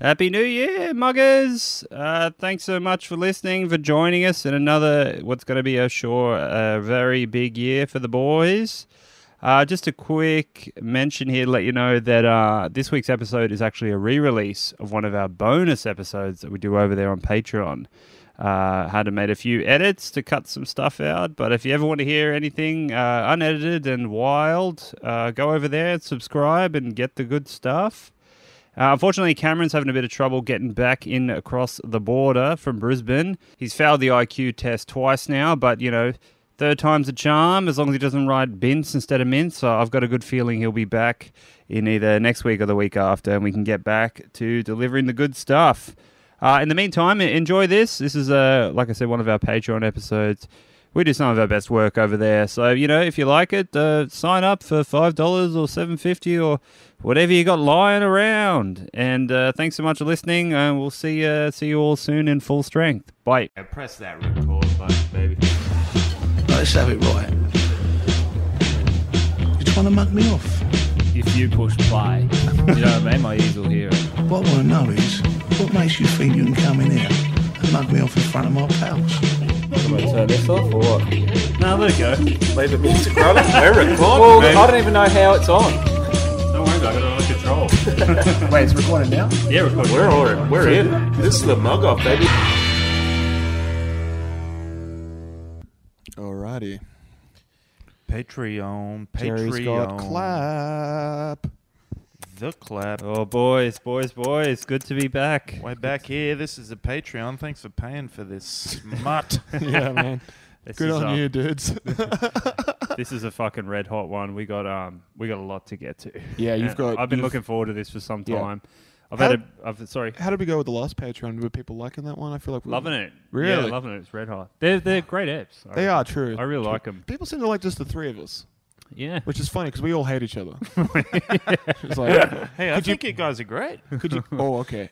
Happy New Year, muggers! Uh, thanks so much for listening, for joining us in another, what's going to be, a sure, a very big year for the boys. Uh, just a quick mention here to let you know that uh, this week's episode is actually a re release of one of our bonus episodes that we do over there on Patreon. Uh, had to made a few edits to cut some stuff out, but if you ever want to hear anything uh, unedited and wild, uh, go over there, and subscribe, and get the good stuff. Uh, unfortunately, Cameron's having a bit of trouble getting back in across the border from Brisbane. He's failed the IQ test twice now, but you know, third time's a charm as long as he doesn't ride Bints instead of Mints. So I've got a good feeling he'll be back in either next week or the week after, and we can get back to delivering the good stuff. Uh, in the meantime, enjoy this. This is, uh, like I said, one of our Patreon episodes. We do some of our best work over there. So, you know, if you like it, uh, sign up for $5 or $7.50 or whatever you got lying around. And uh, thanks so much for listening. And we'll see, uh, see you all soon in full strength. Bye. Yeah, press that record button, baby. Let's have it right. You're trying to mug me off. if you push play. You know what I mean? My ears will hear it. What I want to know is, what makes you think you can come in here and mug me off in front of my pals? Turn this off or what? Now, there you go. Leave the music running. We're recording. Well, I don't even know how it's on. Don't worry about it. I'm under control. Wait, it's recorded now? Yeah, We're all, we're in. This is the mug off, baby. Alrighty. Patreon, Jerry's Patreon, got clap. the clap. Oh, boys, boys, boys. Good to be back. Way back here, this is a Patreon. Thanks for paying for this smut. yeah, man. This Good is, on um, you, dudes. This is a fucking red hot one. We got um, we got a lot to get to. Yeah, you've And got- Uh, I've been you've- looking forward to this for some Yeah. time. I've How- had a. I've, sorry, How did we go with the last Patreon? Were people liking that one? I feel like we loving it. Really? yeah, loving it. It's red hot. They're they're great apps. I They reckon. are true. I really true. like 'em. People seem to like just the three of us, Yeah. which is funny because we all hate each other. it's like, hey, I think you guys are great. could you? Oh, okay.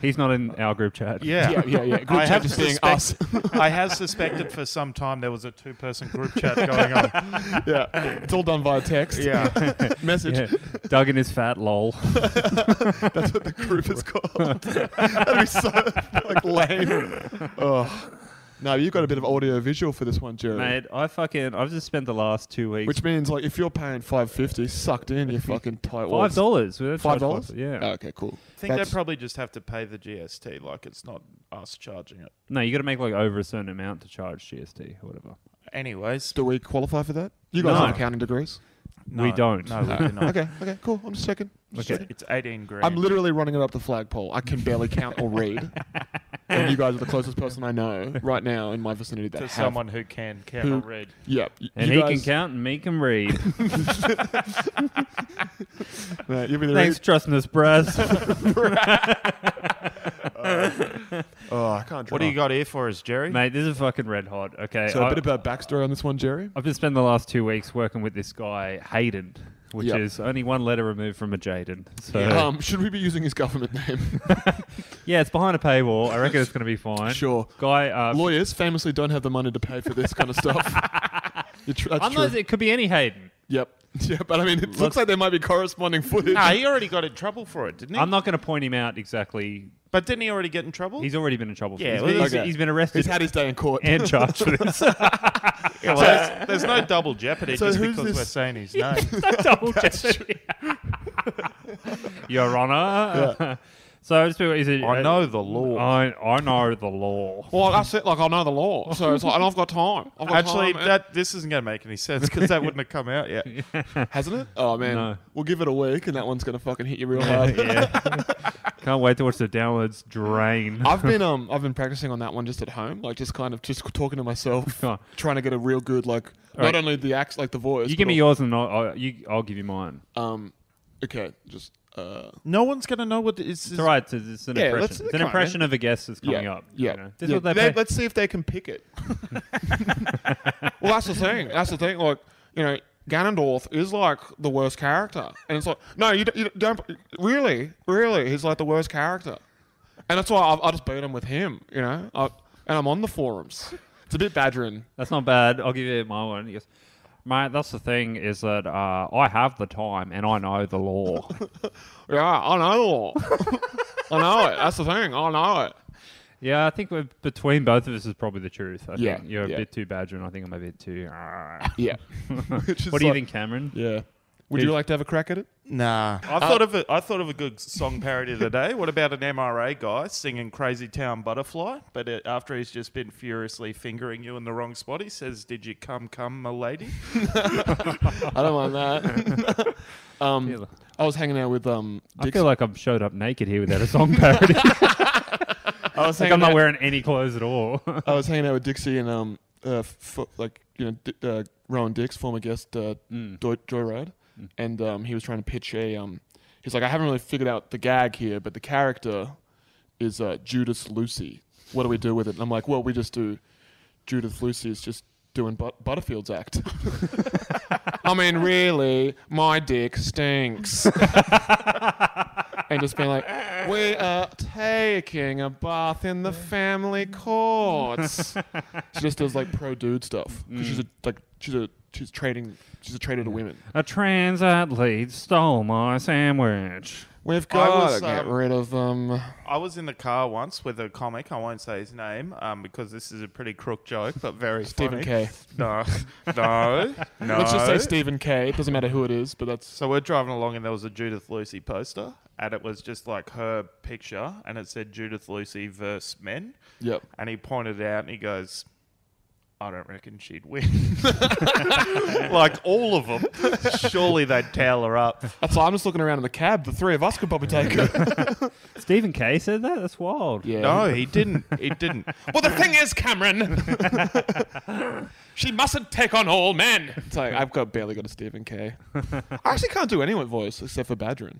He's not in our group chat. Yeah, Yeah, yeah, yeah. Group I chat have just being suspect- I have suspected for some time there was a two-person group chat going on. yeah, it's all done via text. Yeah, message. Yeah. Doug and his fat lol. That's what the group is called. That'd be so like lame. Oh. No, you've got a bit of audio visual for this one, Jerry. Mate, I fucking I've just spent the last two weeks. Which means like if you're paying five fifty, sucked in, you're fucking tight. five wads. dollars? We don't charge Five dollars? Yeah. Oh, okay, cool. I think That's- they probably just have to pay the GST. Like it's not us charging it. no, you got to make like over a certain amount to charge GST or whatever. Anyways, Do we qualify for that? You guys No. have accounting degrees. no, we don't. No, we do not. okay, okay, cool. I'm just checking. I'm just It's- checking. It's 18 grand. I'm literally running it up the flagpole. I can barely count or read. and you guys are the closest person I know right now in my vicinity that to have- someone who can Who- camera read. Yeah, y- And you he can guys- count and me can read. Mate, you'll be the Thanks, read- for trusting us, Braz. Oh, I can't. What do you got here for us, Jerry? Mate, this is fucking red hot. Okay. So I- a bit of a backstory on this one, Jerry. I've just spent the last two weeks working with this guy, Hayden, which Yep. is only one letter removed from a Jaden. So, yeah. Um, should we be using his government name? it's behind a paywall. I reckon it's going to be fine. Sure. Guy, uh, Lawyers famously don't have the money to pay for this kind of stuff. You're tr- that's unless true. it could be any Hayden. Yep. Yeah, but I mean, it looks like there might be corresponding footage. Nah, he already got in trouble for it, didn't he? I'm not going to point him out exactly. but didn't he already get in trouble? He's already been in trouble. For Yeah, this. well, He's- okay. he's been arrested He's had his day in court. and charged for this. Yeah, well, there's, there's no double jeopardy So just who's because this- we're saying his name. Double jeopardy. Your Honor. So I just feel- is it? uh, I know the law. I, I know the law. Well, that's it. Like I know the law, so it's like, and I've got time. I've got Actually, time. that this isn't going to make any sense because that wouldn't have come out yet. hasn't it? Oh man, No. we'll give it a week, and that one's gonna fucking hit you real hard. yeah. Can't wait to watch the downloads drain. I've been um, I've been practicing on that one just at home, like just kind of just talking to myself, Huh. trying to get a real good like. All right. not only the acts, like the voice. You but give me al- yours and I'll, I'll, you, I'll give you mine. Um, okay, just uh, No one's going to know what is. It's all right. It's, it's an Yeah, impression. let's- It's an come on, impression of a guest that's coming yeah, up. yeah. you know. This is yeah. what they They- pay- let's see if they can pick it. well, that's the thing. That's the thing. Like you know, Ganondorf is like the worst character, and it's like no, you don't, you don't really, really, he's like the worst character, and that's why I, I just beat him with him. You know, I, and I'm on the forums. It's a bit badgering. That's not bad. I'll give you my one. He goes, Mate, that's the thing is that uh, I have the time and I know the law. Yeah, I know the law. I know it. That's the thing. I know it. Yeah, I think we're, between both of us is probably the truth. I Yeah, think you're yeah. a bit too badger, and I think I'm a bit too. what Yeah. do you think, Cameron? Yeah. Would you like to have a crack at it? Nah. I thought of a, I thought of a good song parody today. What about an MRA guy singing "Crazy Town Butterfly"? But uh after he's just been furiously fingering you in the wrong spot, he says, "Did you come, come, my lady?" I don't mind that. um, I was hanging out with um. I Dix- feel like I've showed up naked here without a song parody. I was like hanging I'm not out- wearing any clothes at all. I was hanging out with Dixie and um, uh, f- like you know, D- uh, Rowan Dix, former guest, uh, Joy- Joyride, and um, he was trying to pitch a um, he's like, I haven't really figured out the gag here, but the character is uh, Judas Lucy. What do we do with it? And I'm like, well, we just do Judith Lucy is just doing but- Butterfield's act. I mean, really, my dick stinks. and just being like, we are taking a bath in the family courts. she just does like pro dude stuff. 'Cause She's a, like she's a she's trading she's a trader to women. a trans athlete stole my sandwich. We've I got was, to get um, rid of um. I was in the car once with a comic. I won't say his name um, because this is a pretty crook joke, but very Stephen funny. K. No, no, no. Let's just say Stephen K. It doesn't matter who it is, but that's So we're driving along, and there was a Judith Lucy poster, and it was just like her picture, and it said Judith Lucy versus men. yep. And he pointed out, and he goes, "I don't reckon she'd win." like all of them, surely they'd tail her up. That's I'm just looking around in the cab. The three of us could probably take her. Stephen K said that. That's wild. yeah. No, he didn't. He didn't. Well, the thing is, Cameron, she mustn't take on all men. It's like I've got barely got a Stephen K. I actually can't do anyone voice except for Badrin.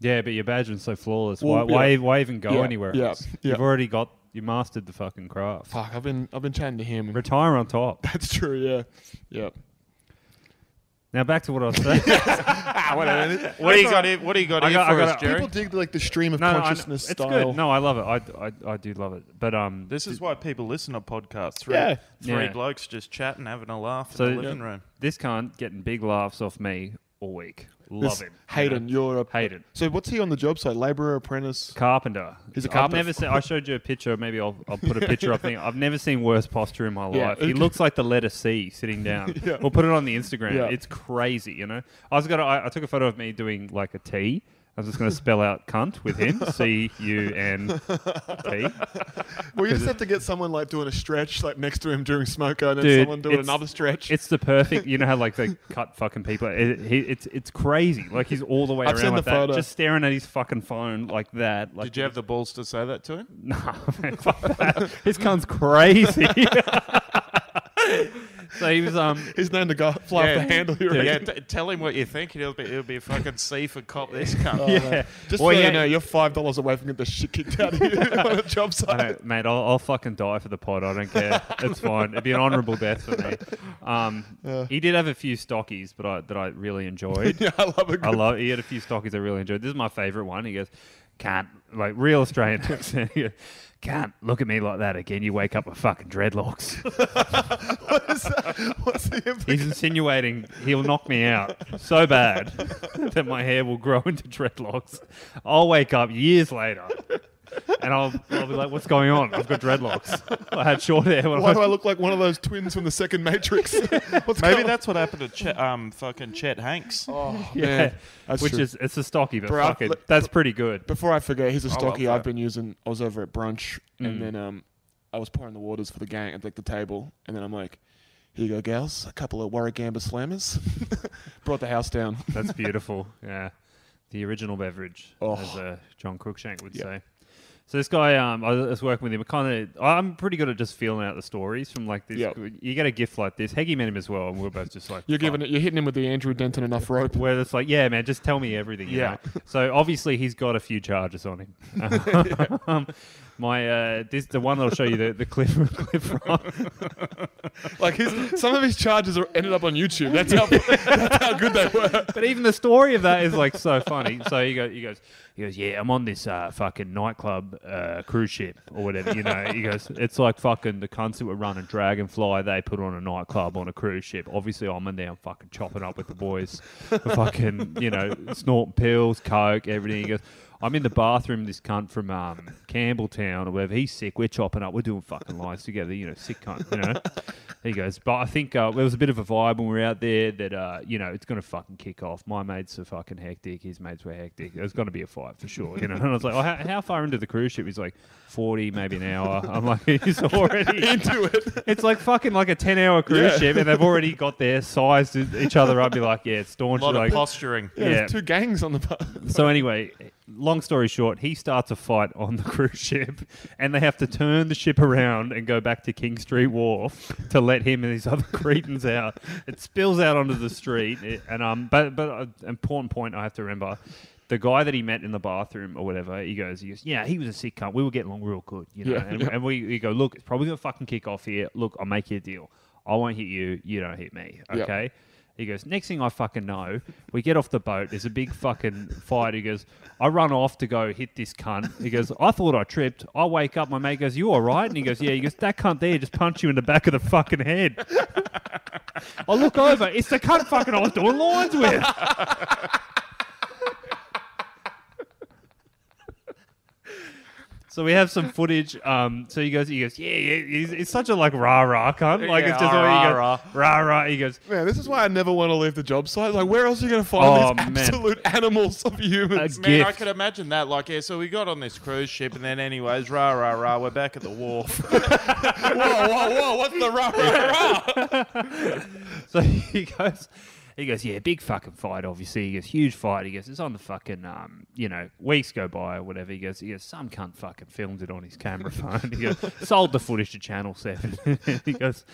Yeah, but your badging's so flawless. Well, why, e-, yeah. why, why even go Yeah, anywhere yeah, else? yeah. You've already got you mastered the fucking craft. Fuck, I've been I've been chatting to him. Retire on top. That's true. Yeah. Yeah. Now back to what I was saying. What do you got? Here, what do you got I here got- I for got us, a- Jerry? People dig like the stream of no, no, I- consciousness it's style. good. No, I love it. I, I, I do love it. But um, This is why people listen to podcasts. Three, Yeah. three Yeah. blokes just chatting, having a laugh So- in the living room. this cunt getting big laughs off me all week. Love This- him. Hayden, you're a Hayden. So what's he on the job site? Laborer, apprentice. Carpenter. He's a I've carpenter. never seen. I showed you a picture. Maybe I'll, I'll put a picture up. Thing. I've never seen worse posture in my Yeah. life. He looks like the letter C sitting down. Yeah. We'll put it on the Instagram. Yeah. It's crazy, you know. I was gonna. I, I took a photo of me doing like a T. I was just gonna spell out cunt with him. C U N T. Well, you just have to get someone like doing a stretch like next to him during smoker, and then Dude, someone doing it's- another stretch. It's the perfect. You know how like they cut fucking people. It, he, it's it's crazy. Like he's all the way I've around seen like the that, photo. just staring at his fucking phone like that. Like Did you have the balls to say that to him? Nah, man, fuck that. This cunt's crazy. so he was um His name the guy fly off the handle here. Yeah, t- tell him what you think, and it'll be it'll be a fucking C for cop. This cunt. yeah. Just Well, so yeah. you know, you're five dollars away from getting the shit kicked out of you on a job I site. don't, mate, I'll, I'll fucking die for the pod. I don't care. It's fine. It'd be an honourable death for me. Um, he did have a few stockies, but I, that I really enjoyed. Yeah, I love it. I love. He had a few stockies I really enjoyed. This is my favourite one. He goes, "Can't like real Australian accent." He goes, Can't look at me like that again. You wake up with fucking dreadlocks. What is that? What's the implication? He's insinuating he'll knock me out so bad that my hair will grow into dreadlocks. I'll wake up years later and I'll, I'll be like, what's going on? I've got dreadlocks. I had short hair when Why I do I look like one of those twins from the second Matrix? What's Maybe going- that's what happened to Chet, um fucking Chet Hanks. Oh, yeah, man. That's which true. is it's a stocky, but Bro, I've fucking, li- that's pretty good. Before I forget, here's a love stocky I've that. been using. I was over at brunch, and then um, I was pouring the waters for the gang at like the table, and then I'm like, "Here you go, gals, a couple of Warragamba slammers." Brought the house down. That's beautiful. yeah, the original beverage, Oh. as uh, John Cruikshank would Yeah. say. So this guy, um, I was working with him. Kind of, I'm pretty good at just feeling out the stories from like this. Yeah. You get a gift like this. Heggy met him as well, and we were both just like, You're "Fuck." giving it. You're hitting him with the Andrew Denton enough rope. where it's like, yeah, man, just tell me everything. you Yeah. know? So obviously he's got a few charges on him. um, my uh, this the one that I'll show you the, the clip clip from. Like his, some of his charges are ended up on YouTube. That's how, that's how good they were. But even the story of that is like so funny. So he goes, he goes, he goes, yeah, I'm on this uh, fucking nightclub uh, cruise ship or whatever, you know. He goes, it's like fucking the cunts that were running Dragonfly. They put on a nightclub on a cruise ship. Obviously, I'm in there, I'm fucking chopping up with the boys, fucking, you know, snorting pills, coke, everything. He goes. I'm in the bathroom. with This cunt from um, Campbelltown or wherever. He's sick. We're chopping up. We're doing fucking lines together. You know, sick cunt. You know. he goes. But I think uh, there was a bit of a vibe when we were out there that uh, you know it's gonna fucking kick off. My mates are fucking hectic. His mates were hectic. There's gonna be a fight for sure. You know. And I was like, oh, how, how far into the cruise ship? He's like, forty, maybe an hour. I'm like, he's already into it. It's like fucking like a ten hour cruise ship, and they've already got their sized each other up. Be like, yeah, it's A staunch. lot like, of posturing. Yeah, Yeah. There's two gangs on the bus. so anyway, long story short, he starts a fight on the cruise ship, and they have to turn the ship around and go back to King Street Wharf to let him and these other cretins out. It spills out onto the street, it- and um, but but an important point I have to remember. The guy that he met in the bathroom or whatever, he goes, he goes, yeah, he was a sick cunt. We were getting along real good, you know. Yeah, and, yeah. and we, we go, look, it's probably gonna fucking kick off here. Look, I'll make you a deal. I won't hit you. You don't hit me. Yeah. Okay. He goes, next thing I fucking know, we get off the boat. There's a big fucking fight. He goes, I run off to go hit this cunt. He goes, I thought I tripped. I wake up. My mate goes, you all right? And he goes, yeah. He goes, that cunt there just punched you in the back of the fucking head. I look over. It's the cunt fucking I was doing lines with. So we have some footage. Um, so he goes, he goes, yeah, yeah. He's, it's such a like rah rah cunt. Like Yeah, it's just all rah, he goes, rah rah. rah. He goes, Man, this is why I never want to leave the job site. Like, where else are you going to find Oh, these man. absolute animals of humans? A Man, I gift. could imagine that. Like, yeah, so we got on this cruise ship, and then, anyways, rah, rah, rah, we're back at the wharf. whoa, whoa, whoa! What's the rah rah rah? So he goes, he goes, yeah, big fucking fight, obviously. He goes, huge fight. He goes, it's on the fucking, um, you know, weeks go by or whatever. He goes, he goes, some cunt fucking filmed it on his camera phone. He goes, sold the footage to Channel Seven. he goes,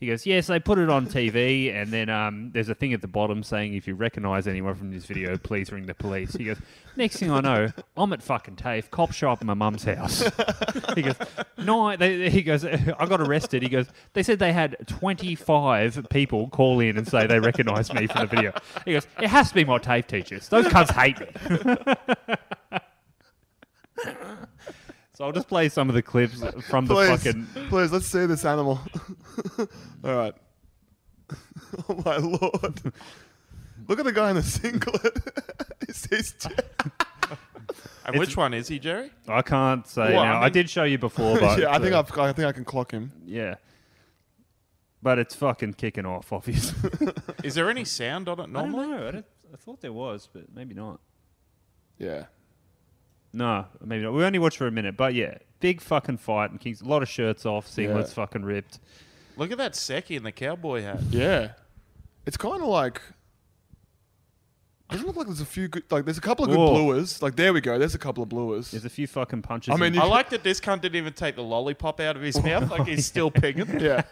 he goes, yes, they put it on TV, and then um, there's a thing at the bottom saying if you recognise anyone from this video, please ring the police. He goes, next thing I know, I'm at fucking TAFE, cop show up at my mum's house. he goes, no, they, he goes, I got arrested. He goes, they said they had 25 people call in and say they recognize me from the video. He goes, it has to be my TAFE teachers. Those cunts hate me. so I'll just play some of the clips from the Please, fucking. please, let's see this animal. All right. Oh my lord! Look at the guy in the singlet. Is his And which one is he, Jerry? I can't say Well, I now. I, mean- did show you before, but. yeah, I think uh, I've, I think I can clock him. Yeah. But it's fucking kicking off, obviously. Is there any sound on it normally? know. I, thought there was, but maybe not. Yeah. No, maybe not. We only watched for a minute, but yeah, big fucking fight and Kings. A lot of shirts off, singlets Yeah. fucking ripped. Look at that Seki in the cowboy hat. Yeah. It's kind of like. Doesn't look like there's a few good. Like, there's a couple of good Whoa. bluers. Like, there we go. There's a couple of bluers. There's a few fucking punches. I mean, in- you- I like that this cunt didn't even take the lollipop out of his mouth. Like, he's still pinging. yeah.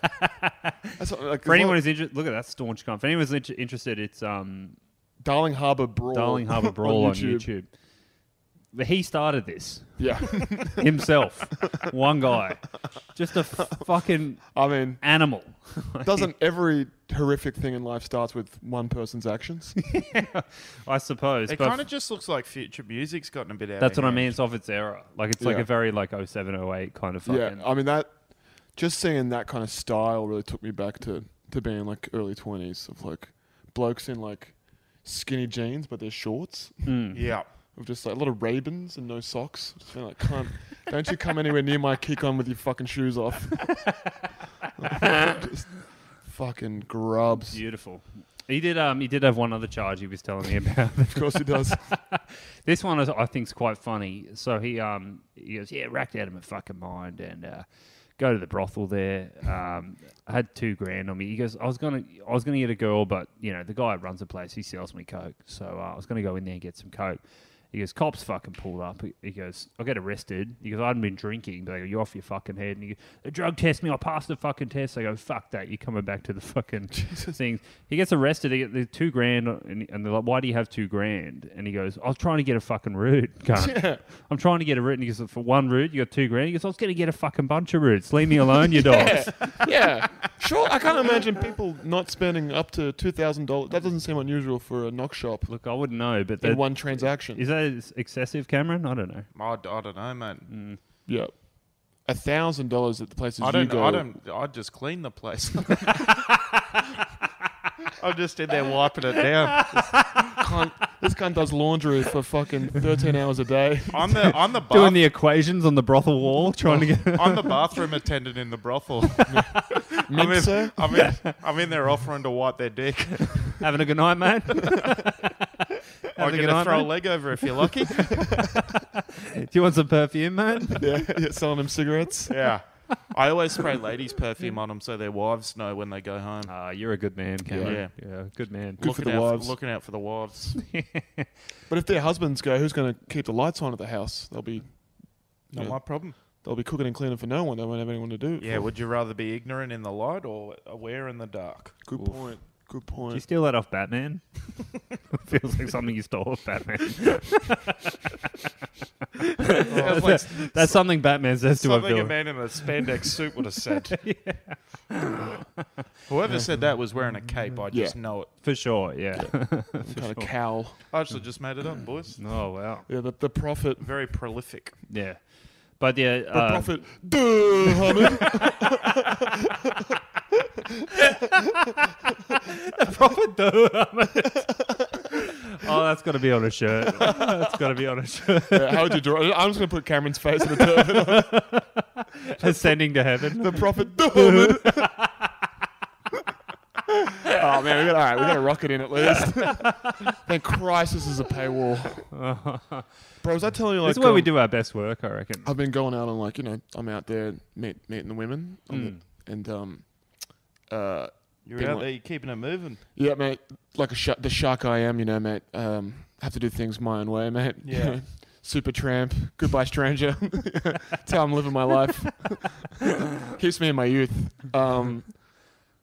That's what, like, for there's a anyone lot- who's interested, look at that staunch cunt. For anyone who's inter- interested, it's um, Darling Harbour Brawl. Darling Harbour Brawl on, YouTube. But He started this Yeah. himself. One guy, just a f- fucking I mean, animal. doesn't every horrific thing in life starts with one person's actions? I suppose. It but kind of just looks like future music's gotten a bit out That's of what I hand. mean. It's of its era. Like it's like Yeah. a very like 07, 08 kind of yeah. fucking. I mean, that. Just seeing that kind of style really took me back to, to being like early 20s of like blokes in like skinny jeans, but they're shorts. Yeah. of just like a lot of Ray-Bans and no socks. Just being like, can't, don't you come anywhere near my kick on with your fucking shoes off. just fucking grubs. Beautiful. He did. Um, he did have one other charge he was telling me about. Of course he does. this one is, I think is quite funny. So he um he goes, yeah, racked out of my fucking mind and uh, go to the brothel there. Um, I had two grand on me. He goes, I was gonna I was gonna get a girl, but you know the guy that runs the place he sells me coke, so uh, I was gonna go in there and get some coke. He goes, cops fucking pulled up. He- He goes, I get arrested. He goes, I hadn't been drinking. They go, you off your fucking head. And he goes, the drug test me. I passed the fucking test. They go, fuck that. You're coming back to the fucking things. He gets arrested. He gets the two grand. And, and they're like, why do you have two grand? And he goes, I was trying to get a fucking root. I'm trying to get a root. And he goes, for one root, you got two grand. He goes, I was going to get a fucking bunch of roots. Leave me alone, you dogs. yeah. Sure, I can't imagine people not spending up to $2,000. That doesn't seem unusual for a knock shop Look, I wouldn't know, but in that, one transaction. is that excessive, Cameron? I don't know. I, I don't know, man. yeah. A thousand dollars at the places I don't. you go. I don't. I just clean the place. I'm just in there wiping it down. Can't, this cunt does laundry for fucking 13 hours a day. I'm the I'm the, bath, Doing the equations on the brothel wall, trying to get. I'm the bathroom attendant in the brothel. I'm in, Mixer? I'm, in, I'm in there offering to wipe their dick. Having a good night, mate. I'm a going good to night, throw a mate. leg over if you're lucky. Do you want some perfume, mate? Yeah, yeah, selling them cigarettes. yeah. I always spray ladies' perfume on them so their wives know when they go home. Ah, you're a good man, Cameron. Yeah, good man. for looking the out wives. looking out for the wives. But if their husbands go, who's going to keep the lights on at the house? They'll be Not Yeah. my problem. they'll be cooking and cleaning for no one. They won't have anyone to do. it Yeah, for. would you rather be ignorant in the light or aware in the dark? good point. Good Did you point. steal that off Batman? Feels like something you stole off Batman. That's like That's something Batman says to a something a villain. man in a spandex suit would have said. Whoever said that was wearing a cape. I just Yeah. know it. For sure, yeah. Kind of cowl. I actually just made it up, boys. oh, wow. Yeah, the, the prophet. Very prolific. Yeah. But yeah, The uh, prophet. Duh, Hamid. Prophet oh, that's got to be on a shirt. That's got to be on a shirt. Yeah, Uh, how would you draw? I'm just going to put Cameron's face in a turban. Ascending to heaven. the prophet. Duh, Hamid. oh man, we got all right. We got to rock it in at least. Thank Christ, this is a paywall. Bro, was I telling you like This is where we um, do our best work, I reckon. I've been going out on like you know I'm out there meet, meeting the women on Hmm. the- and um uh You're Been out like- there, you're keeping it moving. yeah mate like a sh- the shark I am you know mate um have to do things my own way mate You Yeah. know, super tramp goodbye stranger that's how I'm living my life keeps me in my youth um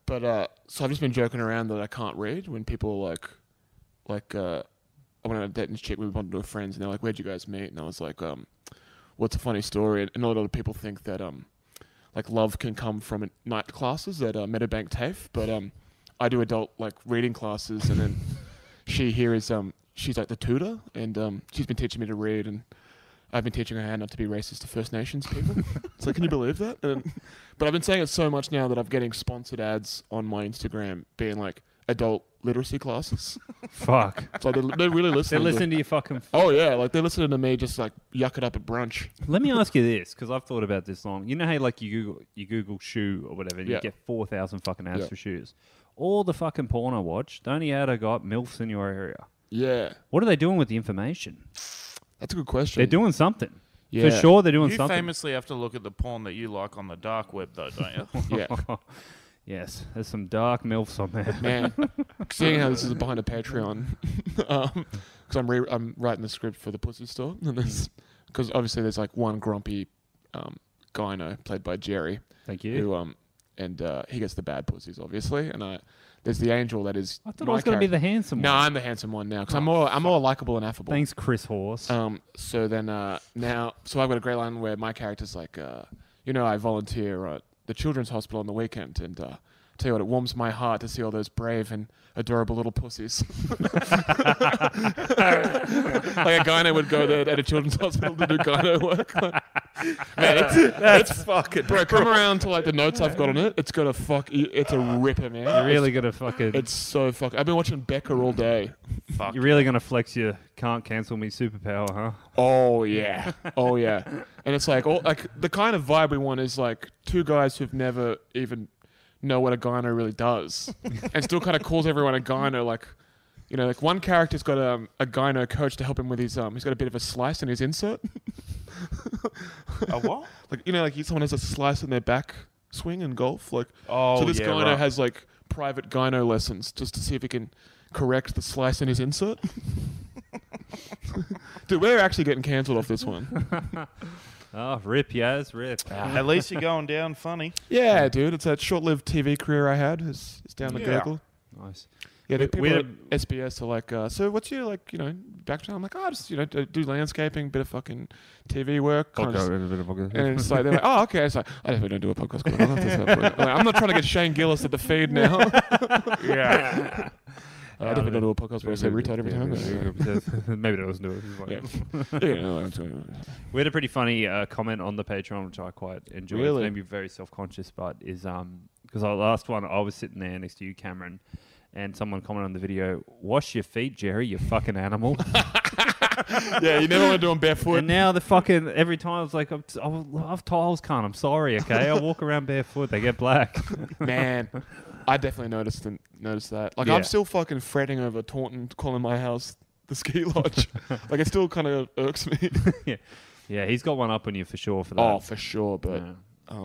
but uh so I've just been joking around that I can't read when people are like like uh I went on a date and chick we wanted to do friends and they're like where'd you guys meet and I was like um what's a funny story and a lot of people think that um like love can come from night classes at uh, Meadowbank TAFE but um I do adult like reading classes and then she here is um she's like the tutor and um she's been teaching me to read and I've been teaching her how not to be racist to First Nations people. so can you believe that? And, but I've been saying it so much now that I'm getting sponsored ads on my Instagram being like adult literacy classes. Fuck. So they're, they're really They're listening. to- listening to you fucking. Oh yeah, like they're listening to me just like yuck it up at brunch. Let me ask you this, because I've thought about this long. You know how like you Google you Google shoe or whatever, and Yeah. you get four thousand fucking ads Yeah. for shoes. All the fucking porn I watch, don't you how got milfs in your area? Yeah, What are they doing with the information? that's a good question. They're doing something. Yeah. For sure, they're doing You something. famously have to look at the porn that you like on the dark web, though, don't you? Yeah, yes, there's some dark milfs on there. man. Seeing how this is behind a Patreon, because I'm re- I'm writing the script for the Pussy Store, Mm. because obviously there's like one grumpy um, guy I know played by Jerry, Thank you. who um and uh, he gets the bad pussies obviously, and I there's the angel that is. I thought my I was going to be character. the handsome No, one. Oh. I'm the handsome one now because I'm more I'm more likable and affable. Thanks, Chris Horse. Um, so then uh, now, so I've got a great line where my character's like, uh, you know, I volunteer at the children's hospital on the weekend, and uh, tell you what, it warms my heart to see all those brave and adorable little pussies. like a gyno would go there at a children's hospital to do gyno work. Man, it's, it's fucking bro. Come around to like the notes I've got on it. It's gonna fuck. It's a ripper, man. you're really going to fucking. It's so fuck. I've been watching Becca all day. You're really going to flex your can't cancel me superpower, huh? Oh yeah, oh yeah, and it's like all like the kind of vibe we want is like two guys who've never even know what a gyno really does, and still kind of calls everyone a gyno. Like, you know, like one character's got um, a gyno coach to help him with his um, he's got a bit of a slice in his insert. a what? Like you know, like someone has a slice in their back swing in golf. Like, Oh, so this yeah, gyno right. has like private gyno lessons just to see if he can correct the slice in his insert. Dude, we're actually getting cancelled off this one. Oh, rip, Yaz, rip. At least you're going down funny. Yeah, dude, it's that short-lived TV career I had. It's, it's down the Yeah. gurgle. Nice. Yeah, the We- people we at SBS are like, uh, so what's your like, you know, background? I'm like, oh, just you know, do do landscaping, bit of fucking TV work. kinda just- and it's like they're like, oh, okay. It's like I definitely don't do a podcast. 'cause I don't have to set up a- I'm, like, I'm not trying to get Shane Gillis at the feed now. Yeah. I definitely don't do a podcast, but I say retard every time. Maybe that wasn't it. Yeah. Yeah, no, I'm sorry. We had a pretty funny uh, comment on the Patreon, which I quite enjoyed. Really? It made me very self conscious, but is um because our last one, I was sitting there next to you, Cameron, And someone commented on the video, "Wash your feet, Jerry, you fucking animal." yeah, you never want to do them barefoot. and now the fucking every time I was like, I'm, "I love tiles, cunt. I'm sorry, okay. I walk around barefoot. They get black." Man, I definitely noticed and noticed that. Like Yeah. I'm still fucking fretting over Taunton calling my house the ski lodge. like it still kind of irks me. yeah, yeah. He's got one up on you for sure for that. oh, for sure, but Yeah.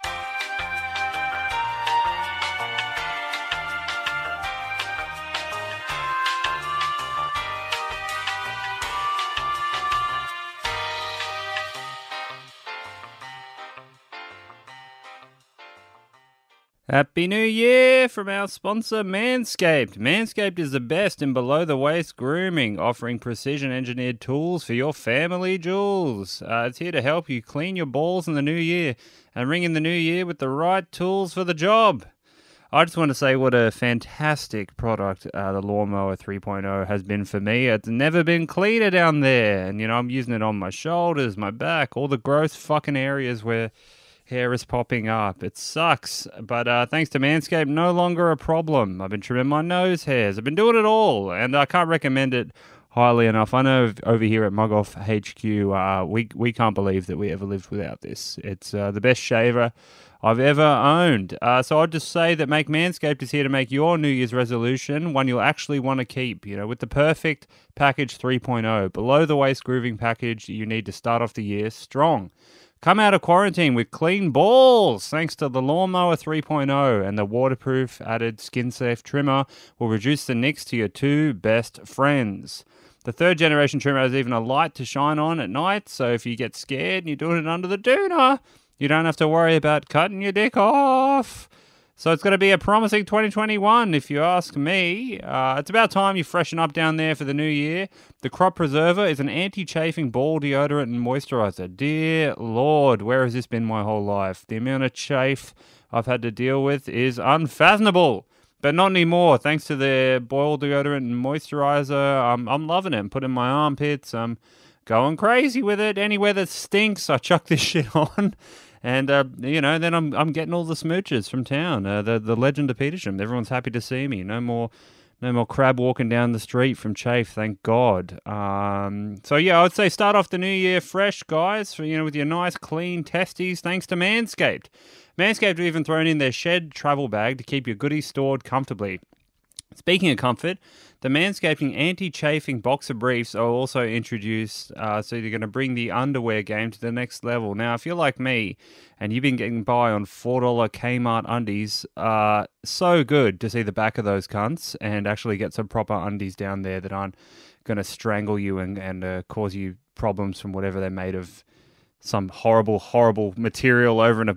Happy New Year from our sponsor, Manscaped. Manscaped is the best in below the waist grooming, offering precision engineered tools for your family jewels. Uh, it's here to help you clean your balls in the new year and ring in the new year with the right tools for the job. I just want to say what a fantastic product uh, the Lawnmower 3.0 has been for me. It's never been cleaner down there. And, you know, I'm using it on my shoulders, my back, all the gross fucking areas where hair is popping up. It sucks. But uh, thanks to Manscaped, no longer a problem. I've been trimming my nose hairs, I've been doing it all. And I can't recommend it highly enough. I know over here at Mug Off HQ, uh, we we can't believe that we ever lived without this. It's uh, the best shaver I've ever owned. Uh, so I'd just say that Make Manscaped is here to make your New Year's resolution one you'll actually want to keep. You know, with the perfect package 3.0 below the waist grooving package that you need to start off the year strong. Come out of quarantine with clean balls thanks to the Lawnmower 3.0 and the waterproof added skin safe trimmer will reduce the nicks to your two best friends. The third generation trimmer has even a light to shine on at night, so if you get scared and you're doing it under the doona, you don't have to worry about cutting your dick off. So it's going to be a promising 2021, if you ask me. Uh, it's about time you freshen up down there for the new year. The Crop Preserver is an anti chafing ball deodorant and moisturizer. Dear Lord, where has this been my whole life? The amount of chafe I've had to deal with is unfathomable. But not anymore. Thanks to the boil deodorant and moisturizer, I'm, I'm loving it. I'm putting my armpits. I'm going crazy with it. Anywhere that stinks, I chuck this shit on. And, uh, you know, then I'm, I'm getting all the smooches from town. Uh, the, the legend of Petersham. Everyone's happy to see me. No more no more crab walking down the street from Chafe, thank God. Um, so yeah, I would say start off the new year fresh, guys. For, you know, with your nice clean testes, thanks to Manscaped. Manscaped have even thrown in their shed travel bag to keep your goodies stored comfortably. Speaking of comfort, the manscaping anti-chafing boxer briefs are also introduced, uh, so they're going to bring the underwear game to the next level. Now, if you're like me, and you've been getting by on four dollar Kmart undies, uh, so good to see the back of those cunts and actually get some proper undies down there that aren't going to strangle you and and uh, cause you problems from whatever they're made of, some horrible, horrible material over in a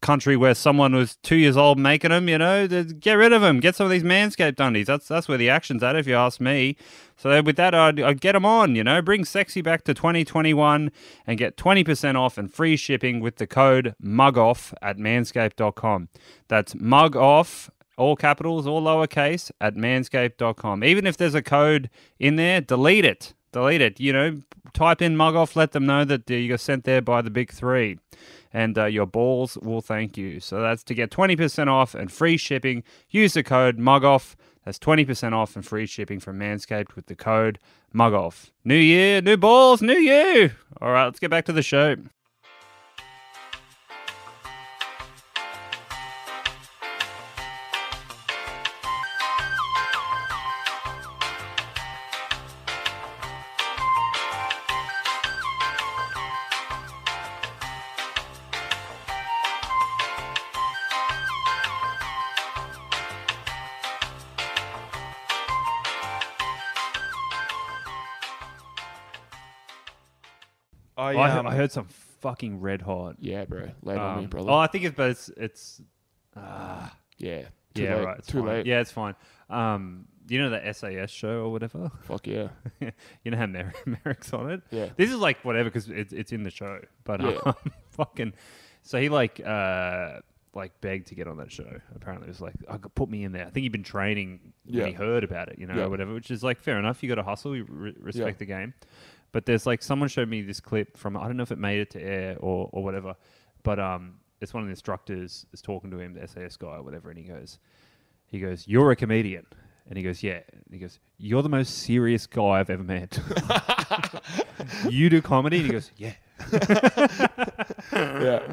country where someone was two years old making them, you know, th- get rid of them. Get some of these Manscaped undies. That's that's where the action's at, if you ask me. So with that, I'd, I'd get them on, you know, bring sexy back to 2021 and get 20% off and free shipping with the code MUGOFF at manscaped.com. That's MUGOFF, all capitals, all lowercase, at manscaped.com. Even if there's a code in there, delete it. Delete it. You know, type in MUGOFF, let them know that uh, you got sent there by the big three and uh, your balls will thank you. So that's to get 20% off and free shipping. Use the code MUGOFF. That's 20% off and free shipping from Manscaped with the code MUGOFF. New year, new balls, new you. All right, let's get back to the show. I, I, um, I heard some fucking red hot. yeah, bro. Later on me, Um, brother. oh, I think it's but it's, it's yeah. Too yeah late. right. It's Too fine. late. Yeah, it's fine. Um, you know the SAS show or whatever. Fuck yeah. you know how Mer- Merrick's on it. Yeah. This is like whatever because it's it's in the show, but Yeah. um, fucking. So he like uh like begged to get on that show. Apparently, it was like I could put me in there. I think he'd been training Yeah. when he heard about it, you know, Yeah. or whatever. Which is like fair enough. You got to hustle. You re- respect the game. But there's like someone showed me this clip from I don't know if it made it to air or or whatever, but um it's one of the instructors is talking to him, the SAS guy or whatever, and he goes, he goes, "You're a comedian," And he goes, yeah. And he goes, you're the most serious guy I've ever met. you do comedy? And he goes, yeah. yeah.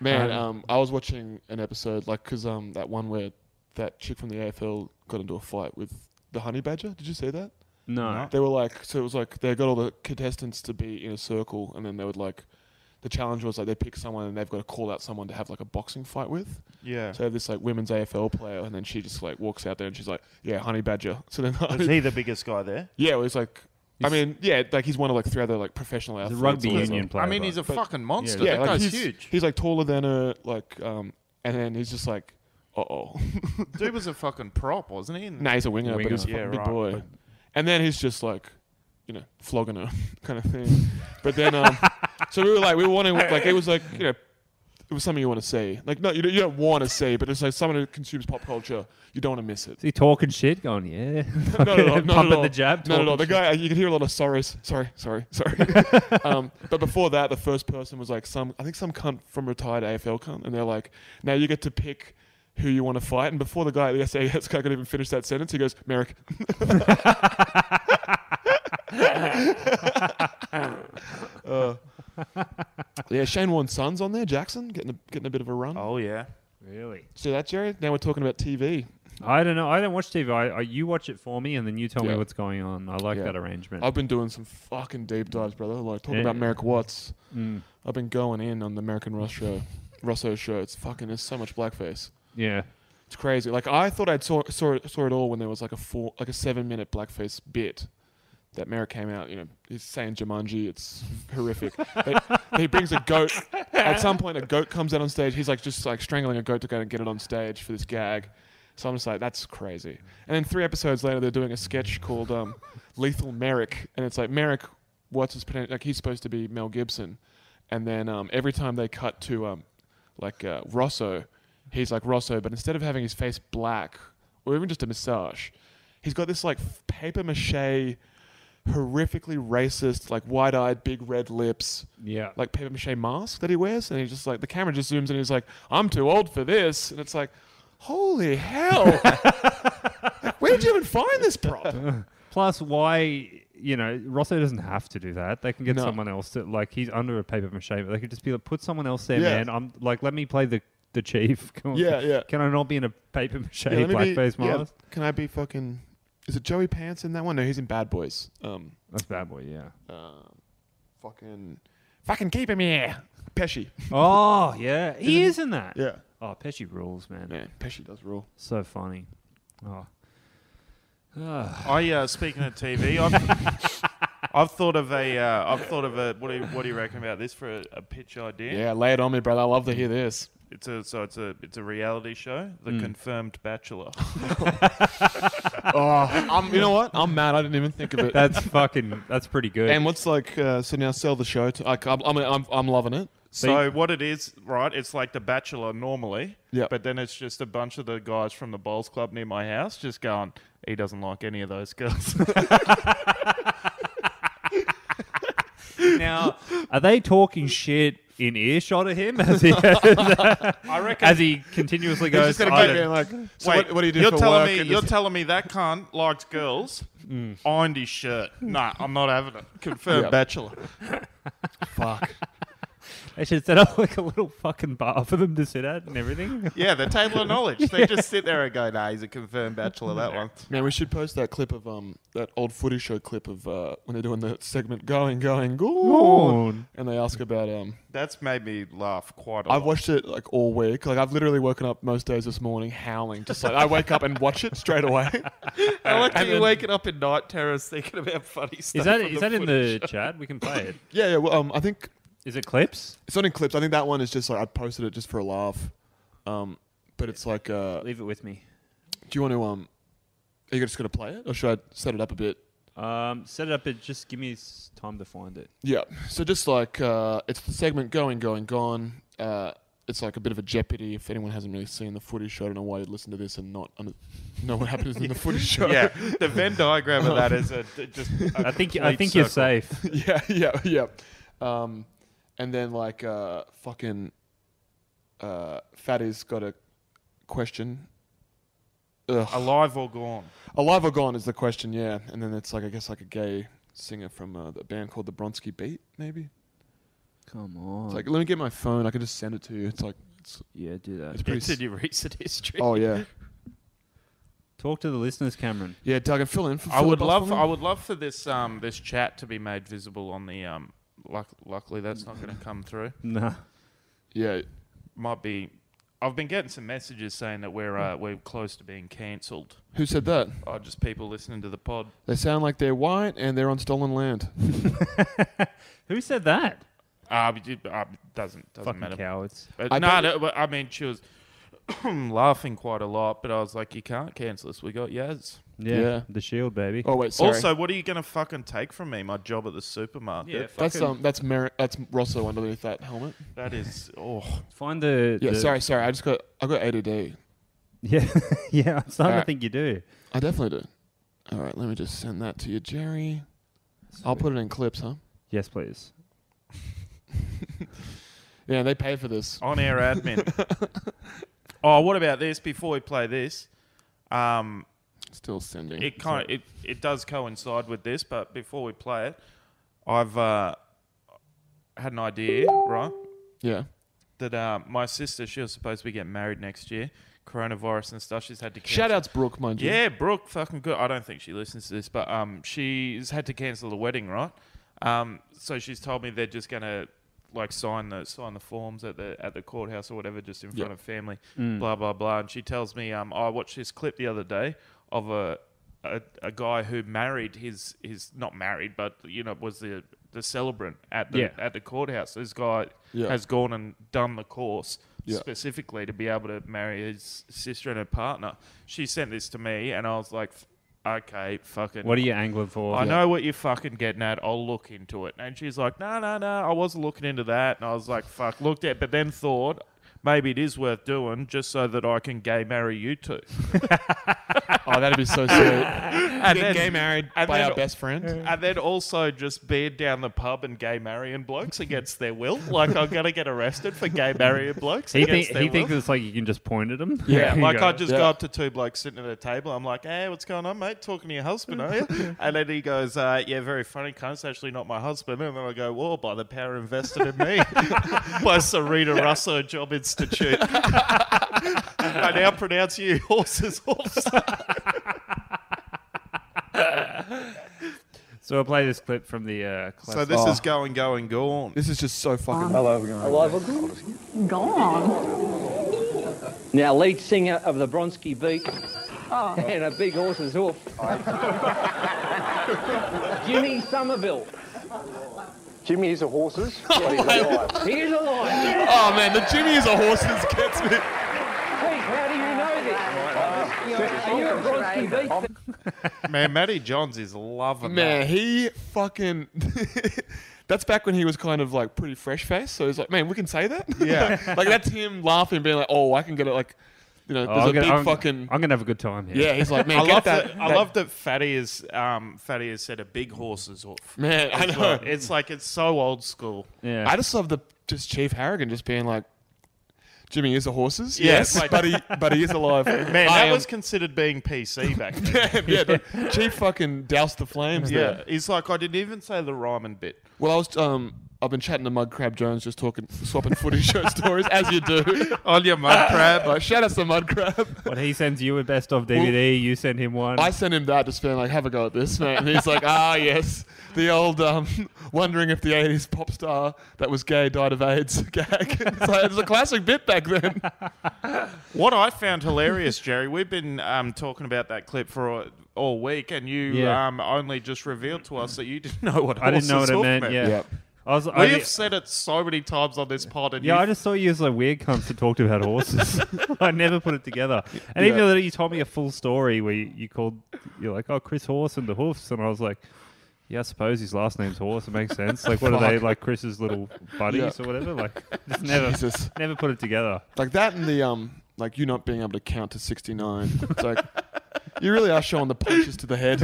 Man, um, I was watching an episode like because um that one where that chick from the AFL got into a fight with the honey badger. Did you see that? No. They were like, so it was like they got all the contestants to be in a circle, and then they would like, the challenge was like they pick someone and they've got to call out someone to have like a boxing fight with. Yeah. So they have this like women's AFL player, and then she just like walks out there and she's like, yeah, honey badger. So then, Was he the biggest guy there? yeah, it was like, I mean, yeah, like he's one of like three other like professional He's a athletes. rugby or whatever. union player. I mean, but- he's a fucking monster. Yeah, that like guy's he's huge. He's like taller than her, like, um, and then he's just like, uh oh. Dude was a fucking prop, wasn't he? nah, he's a winger, Winger. but he's a Yeah, fucking big right. boy. And then he's just like, you know, flogging her kind of thing. But then, um, so we were like, we were wanting, like, it was like, you know, it was something you want to see. Like, no, you don't, you don't want to see, but it's like someone who consumes pop culture, you don't want to miss it. Is he talking shit? Going, yeah. No, no, no, not at Pumping all. the jab. No, no, no. talking The shit. guy, you could hear a lot of sorrows. Sorry, sorry, sorry. um, but before that, the first person was like some, I think some cunt from retired AFL cunt, and they're like, now you get to pick who you want to fight. And before the guy, the SAS guy could even finish that sentence, he goes, Merrick. Uh, yeah, Shane Warne's son's on there, Jackson, getting a, getting a bit of a run. Oh yeah. Really? See that, Jerry? Now we're talking about TV. I don't know. I don't watch TV. I, I, you watch it for me, and then you tell me Yeah. what's going on. I like Yeah. that arrangement. I've been doing some fucking deep dives, brother. Like talking Yeah. about Merrick Watts. Mm. I've been going in on the American Ross show, Rosso show. It's fucking. There's so much blackface. Yeah. It's crazy. Like I thought I'd saw saw it, saw it all when there was like a four like a seven minute blackface bit that Merrick came out. You know, he's saying Jumanji. It's horrific. They- he brings a goat. At some point, a goat comes out on stage. He's like just like strangling a goat to go and get it on stage for this gag. So I'm just like, that's crazy. And then three episodes later, they're doing a sketch called um, Lethal Merrick, and it's like Merrick, what's his poten- like? He's supposed to be Mel Gibson, and then um, every time they cut to um, like uh, Rosso, he's like Rosso, but instead of having his face black or even just a moustache, he's got this like f- paper mache, horrifically racist, like wide-eyed, big red lips Yeah. like paper mache mask that he wears, and he just like the camera just zooms in. And he's like, "I'm too old for this," and it's like, "Holy hell! Where did you even find this prop?" Plus, why? You know, Rosso doesn't have to do that. They can get No. someone else to like. He's under a paper mache, but they could just be like, put someone else there, Yeah. man. I'm like, let me play the the chief. Come on. Yeah, yeah. Can I not be in a paper mache Yeah, let me be- blackface yeah, mask? can I be fucking? Is it Joey Pants in that one? No, he's in Bad Boys. Um, That's bad boy. Yeah. um, fucking, fucking keep him here, Pesci. oh yeah, he is in that. Yeah, Oh, Pesci rules, man. man, Pesci does rule. So funny. Oh. Ah. I uh, speaking of TV, I've, I've thought of a. Uh, I've thought of a. What do you, what do you reckon about this for a, a pitch idea? Yeah, lay it on me, brother. I love to hear this. It's a so it's a it's a reality show, The Hmm. Confirmed Bachelor. I'm, you know what? I'm mad. I didn't even think of it. That's fucking. That's pretty good. and what's like? Uh, so now sell the show. To, like, I'm, I'm, I'm, I'm loving it. So what it is, right? It's like The Bachelor normally, Yeah. But then it's just a bunch of the guys from the bowls club near my house just going, he doesn't like any of those girls. now, are they talking shit in earshot of him as he as I reckon. he continuously He's goes? just gonna "I keep don't-" being like, so what, what do you do are for telling work? me And you're just- telling me that cunt likes girls. Ironed his shirt. Nah, I'm not having it. Confirmed Yeah. bachelor. fuck. They should set up like a little fucking bar for them to sit at and everything. Yeah, the table of knowledge. They just sit there and go, nah, he's a confirmed bachelor, that one. Man, we should post that clip of um that old footy show clip of uh, when they're doing the segment going going Gone. gone, and they ask about um. That's made me laugh quite a lot. I've watched it like all week. Like I've literally woken up most days this morning howling. Just like I wake up and watch it straight away. I like and you then- waking up in night terrors thinking about funny stuff. Is that from is that in footage. the chat? We can play it. yeah, yeah. Well, um, I think Is it clips? it's not in clips. I think that one is just like I posted it just for a laugh. Um, but it's like uh, do Leave it with me. you want to um, are you just gonna play it or should I set it up a bit? Um, set it up. It just give me s- time to find it. Yeah. So just like uh, it's the segment going, going, gone. Uh, it's like a bit of a jeopardy. If anyone hasn't really seen the footage show, I don't know why you'd listen to this and not un- know what happens in the footage show. Yeah, the Venn diagram of that is a, just. a I think I complete think you're circle. safe. yeah, yeah, yeah. Um, and then like uh, fucking uh, Fatty's got a question Alive or gone? Alive or Gone is the question, yeah. And then it's like I guess like a gay singer from uh, a band called the Bronsky Beat, maybe. Come on. It's like let me get my phone. I can just send it to you. It's like, it's, yeah, do that. It's pretty It's s- in your recent history. oh yeah, Talk to the listeners, Cameron. yeah. Doug, and fill in. For I would Philip love, for me. I would love for this um this chat to be made visible on the um. Luck, luckily, that's not going to come through. Nah. yeah, Might be. I've been getting some messages saying that we're uh, we're close to being cancelled. who said that? Oh, just people listening to the pod. They sound like they're white and they're on stolen land. Who said that? Uh, we did- uh, doesn't doesn't Fucking matter. cowards. But I no, no, but I mean, she was laughing quite a lot, but I was like, you can't cancel us. We got Yaz. Yeah. Yeah. The shield, baby. Oh wait, sorry. Also, what are you going to fucking take from me? My job at the supermarket? Yeah, that's fucking- um, that's Mer- that's Rosso underneath that helmet. That is, oh, Find the. Yeah, the- sorry, sorry. I just got, I got ADD. Yeah. yeah. I'm starting to Alright. think you do. I definitely do. All right, let me just send that to you, Jerry. I'll put it in clips, huh? Yes, please. Yeah, they pay for this. on air admin. oh, what about this? Before we play this, um, Still sending. it kind of, it, it does coincide with this, but before we play it, I've uh, had an idea, right? yeah. That uh, my sister, she was supposed to be getting married next year. Coronavirus and stuff. She's had to cancel. Shout outs Brooke, mind you. Yeah, Brooke, fucking good. I don't think she listens to this, but um, she's had to cancel the wedding, right? Um, so she's told me they're just gonna like sign the sign the forms at the at the courthouse or whatever, just in front of family, Mm. blah blah blah. And she tells me, um, I watched this clip the other day of a a, a guy who married his his not married, but you know was the the celebrant at the Yeah. at the courthouse. This guy Yeah. has gone and done the course Yeah. specifically to be able to marry his sister and her partner. She sent this to me, and I was like, f- "Okay, fucking." What are you angling for? I know what you're fucking getting at. I'll look into it. And she's like, "No, no, no. I wasn't looking into that." And I was like, "Fuck." Looked at, but then thought. Maybe it is worth doing just so that I can gay marry you two. Oh, that'd be so sweet. And then, gay married and by then- our best friend. and then also just beard down the pub and gay marrying blokes against their will. Like I'm gonna get arrested for gay marrying blokes. He, against think, their he will. thinks it's like you can just point at him. Yeah, You like go, I just Yeah. go up to two blokes sitting at a table. I'm like, "Hey, what's going on, mate? Talking to your husband, are you?" And then he goes, uh, "Yeah, very funny. Cunt's actually not my husband." And then I go, "Whoa, by the power invested in me by Serena Russo Job Institute, I now pronounce you horses horse." So I'll play this clip from the uh, class. So this is going, going, gone. This is just so fucking. Gone. Oh. Now, lead singer of the Bronsky Beat and a big horse's hoof. Jimmy Somerville. Jimmy is a horses. He is alive. Oh man, the Jimmy is a horse's gets me. Pete, how do you know this? Are you a Bronsky Beat? fan? Man, Matty Johns is loving Man, he fucking. that's back when he was kind of like pretty fresh faced. So he's like, man, we can say that. Yeah. like that's him laughing, being like, oh, I can get it. Like, you know, Oh, there's a I'm gonna, big I'm- fucking. I'm gonna have a good time here. yeah, he's like, man, I get love that, that, I that- love that Fatty is um, Fatty has said a big horse's hoof. Man, I It's know. like- it's like it's so old school. yeah. I just love the just Chief Harrigan just being like, Jimmy is a horses. Yeah, yes, like- but he but he is alive. Man, Man, that was considered being PC back then. yeah, the Chief fucking doused the flames. there. yeah, he's like I didn't even say the rhyming bit. Well, I was um, I've been chatting to Mud Crab Jones, just talking, swapping footage, show stories as you do. Oh, On your mud crab. Like, shout out to Mud Crab. But he sends you a best of DVD. you send him one. I sent him that, just being like, "Have a go at this, mate." And he's like, "Ah, yes, the old um, wondering if the '80s pop star that was gay died of AIDS gag." It's like, it was a classic bit back then. What I found hilarious, Jerry, we've been um, talking about that clip for all, all week, and you Yeah. um, only just revealed to us that you didn't know what I didn't know what horse's it hoof meant. Yeah. Yep. I was. We I, have said it so many times on this pod, and yeah, you I just thought you as a weird cunt to talk to about horses. I never put it together. And even Yeah. though you told me a full story where you, you called, you're like, oh, Chris Horse and the Hoofs, and I was like. Yeah, I suppose his last name's Horse. It makes sense. Like, what are they Fuck. like, Chris's little buddies Yeah. or whatever? Like, just never, Jesus. never put it together. like that and the um like you not being able to count to 69 it's like you really are showing the punches to the head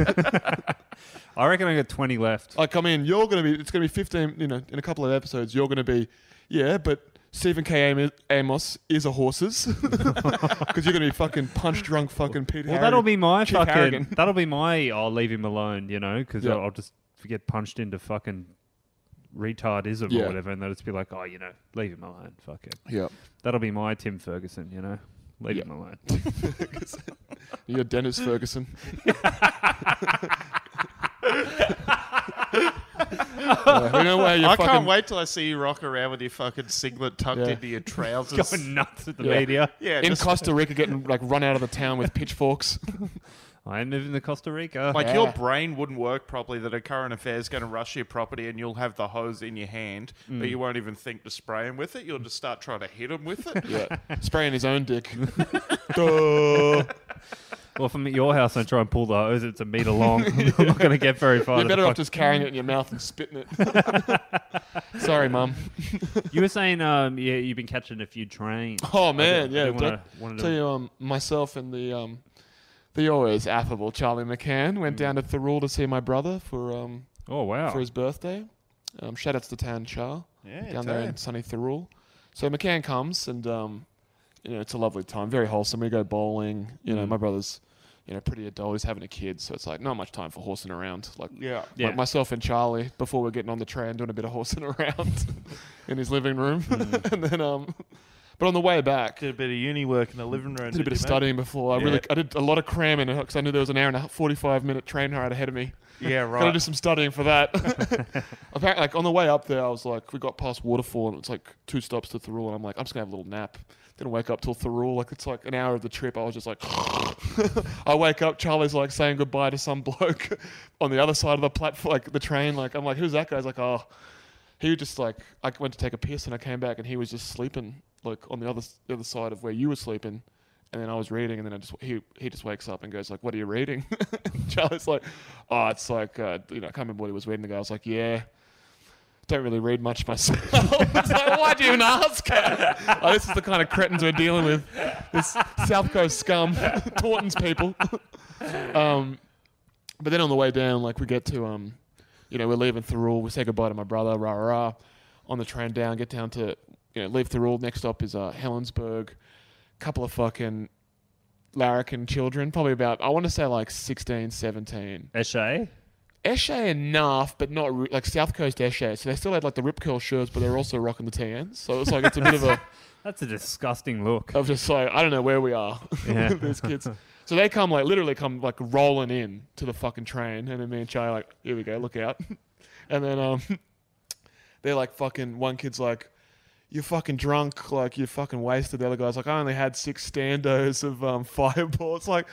I reckon I got twenty left. like i mean you're gonna be it's gonna be 15 you know in a couple of episodes you're gonna be yeah but Stephen K. Am- Amos is a horses because you're gonna be fucking punch drunk fucking Peter. Well, that'll be my Chief fucking. Harrigan. That'll be my. I'll leave him alone, you know, because Yeah. I'll, I'll just get punched into fucking retardism Yeah. or whatever, and they'll just be like, oh, you know, leave him alone, fuck it. yeah. That'll be my Tim Ferguson, you know, leave Yeah. him alone. You're Dennis Ferguson. Yeah, we know where you're I fucking- can't wait till I see you rock around with your fucking singlet tucked Yeah. into your trousers. Going nuts at the Yeah. media. yeah, in just- Costa Rica getting like run out of the town with pitchforks. I'm moving to Costa Rica. like your brain wouldn't work properly that a current affair is going to rush your property and you'll have the hose in your hand, Mm. but you won't even think to spray him with it. You'll just start trying to hit him with it. yeah. Spraying his own dick. Duh. well, from your house, I try and pull the hose. It's a meter long. I'm not going to get very far. You're to the better off fuck- just carrying it in your mouth and spitting it. Sorry, mum. You were saying, um, yeah, you've been catching a few trains. Oh man, do- I yeah. do wanna- don't- wanted to- tell you, um, myself and the um, the always affable Charlie McCann Mm. went down to Thirroul to see my brother for um Oh wow! for his birthday. Um, shout outs to Tan Char Yeah, down there Tan. in sunny Thirroul. So McCann comes and um, you know it's a lovely time, very wholesome. We go bowling. You Mm. know, my brother's you know pretty adult. He's having a kid, so it's like not much time for horsing around. Like Yeah. Yeah. like myself and Charlie before we're getting on the train doing a bit of horsing around in his living room, Mm. and then um, but on the way back. Did a bit of uni work in the living room. Did a bit of you, mate? studying before. I Yeah. really, I did a lot of cramming because I knew there was an hour and a half- forty-five minute train ride ahead of me. Yeah, Gotta do right. some studying for that. Apparently, like on the way up there, I was like, we got past Waterfall and it's like two stops to Thurul, and I'm like, I'm just gonna have a little nap. Didn't wake up till Thurul. Like it's like an hour of the trip. I was just like, I wake up. Charlie's like saying goodbye to some bloke on the other side of the platform, like the train. Like I'm like, who's that guy? He's like, oh, he just like I went to take a piss and I came back and he was just sleeping like on the other s- the other side of where you were sleeping. And then I was reading, and then I just he he just wakes up and goes like, "What are you reading?" Charlie's like, "Oh, it's like uh, you know, I can't remember what he was reading." The guy was like, "Yeah, don't really read much myself." It's like, Why'd you even ask? oh, this is the kind of cretins we're dealing with. This South Coast scum, Taunton's people. um, but then on the way down, like we get to, um, you know, we're leaving Thirroul. We say goodbye to my brother, rah rah. rah. On the train down, get down to, you know, leave Thirroul. Next stop is uh, Helensburgh. Couple of fucking larrikin children, probably about I want to say like 16, 17. Eshe. Eshe enough, but not re- like South Coast Eshe. So they still had like the rip curl shirts, but they're also rocking the TNs. So it's like it's a bit of a That's a disgusting look. of just like I don't know where we are Yeah. with these kids. So they come like literally come like rolling in to the fucking train, and then me and Charlie are like, here we go, look out, and then um, they're like fucking one kid's like, you're fucking drunk, like you're fucking wasted. The other guy's like, I only had six standos of um, fireball. It's like.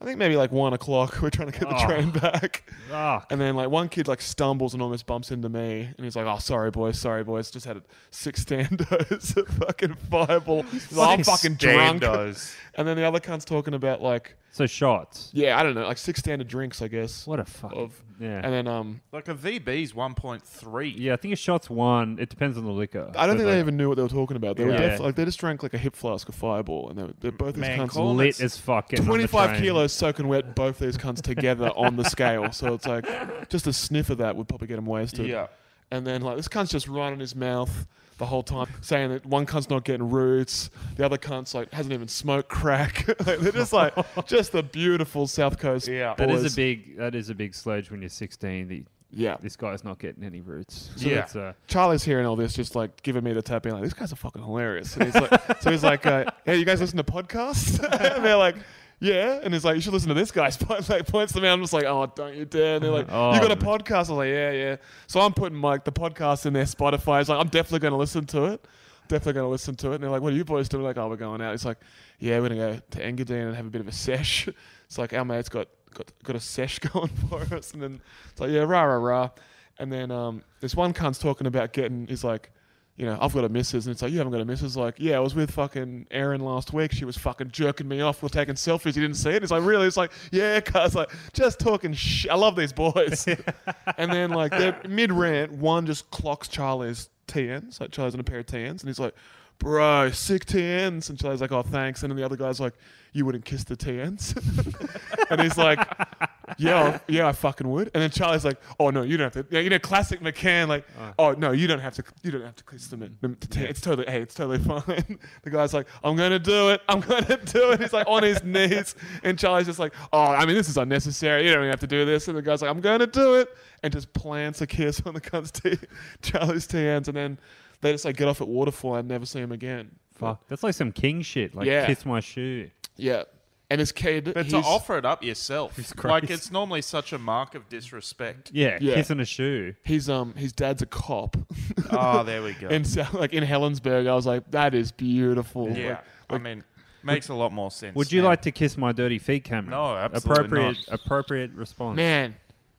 I think maybe like one o'clock. We're trying to get the Oh. train back, Ah, and then like one kid like stumbles and almost bumps into me, and he's like, "Oh, sorry, boys, sorry, boys. Just had six standos of fucking fireball. He's like, I'm fucking drunk." Standos. And then the other cunt's talking about like, so shots. yeah, I don't know, like six standard drinks, I guess. What a fuck. Of- yeah. And then um, Like a VB's 1.3. yeah, I think a shot's one. It depends on the liquor. I don't But, think they like, even knew what they were talking about. They were Yeah. def- like they just drank like a hip flask of Fireball, and they were, they're both these Man, cunts. call lit as fuck. getting on the 25 train. kilos soaking wet, both these cunts together on the scale. So it's like just a sniff of that would probably get him wasted. Yeah. And then like this cunt's just running his mouth the whole time, saying that one cunt's not getting roots, the other cunt's like hasn't even smoked crack. Like, they're just like just the beautiful South Coast. Yeah. That is boys. a big. That is a big sledge when you're 16. The, yeah. this guy's not getting any roots. So Yeah. that's, uh, Charlie's hearing all this, just like giving me the tap in, like, these guys are fucking hilarious. And he's like, so he's like, uh, hey, you guys listen to podcasts? and they're like, yeah. And he's like, you should listen to this guy's podcast. Like, points to me. I'm just like, oh, don't you dare. And they're like, Oh, you got a man. podcast? I'm like, yeah, yeah. So I'm putting like the podcast in their Spotify. It's like, I'm definitely going to listen to it. Definitely going to listen to it. And they're like, what are you boys doing? Like, oh, we're going out. It's like, yeah, we're going to go to Engadine and have a bit of a sesh. It's like, our mate's got, got, got a sesh going for us. And then it's like, yeah, rah, rah, rah. And then um, this one cunt's talking about getting, he's like, you know, I've got a missus. And it's like, you haven't got a missus? Like, yeah, I was with fucking Erin last week. She was fucking jerking me off. We're taking selfies. You didn't see it? It's like, really? It's like, yeah, cuz. Like, just talking shit. I love these boys. and then, like, they're mid rant. One just clocks Charlie's TNs. Like, Charlie's in a pair of TNs. And he's like, bro, sick TNs. And Charlie's like, oh, thanks. And then the other guy's like, you wouldn't kiss the TNs. and he's like, yeah, I- yeah, I fucking would. And then Charlie's like, oh no, you don't have to. Yeah, you know, classic McCann, like, Uh. oh no, you don't have to. You don't have to kiss them. Mm-hmm. In, them to t- It's totally, hey, it's totally fine. the guy's like, I'm gonna do it. I'm gonna do it. He's like on his knees, and Charlie's just like, oh, I mean, this is unnecessary. You don't even have to do this. And the guy's like, I'm gonna do it, and just plants a kiss on the guy's tea, Charlie's tea hands, and then they just like get off at waterfall and never see him again. Fuck, that's like some king shit. Like Yeah. kiss my shoe. Yeah. And his kid, But to he's- offer it up yourself, like Christ. it's normally such a mark of disrespect. Yeah, Yeah. kissing a shoe. his um, his dad's a cop. Ah, Oh, there we go. And so, like in Helensburgh, I was like, that is beautiful. yeah, Like, I mean, makes a lot more sense. Would you now. like to kiss my dirty feet, Cameron? No, absolutely appropriate, not. Appropriate response. man,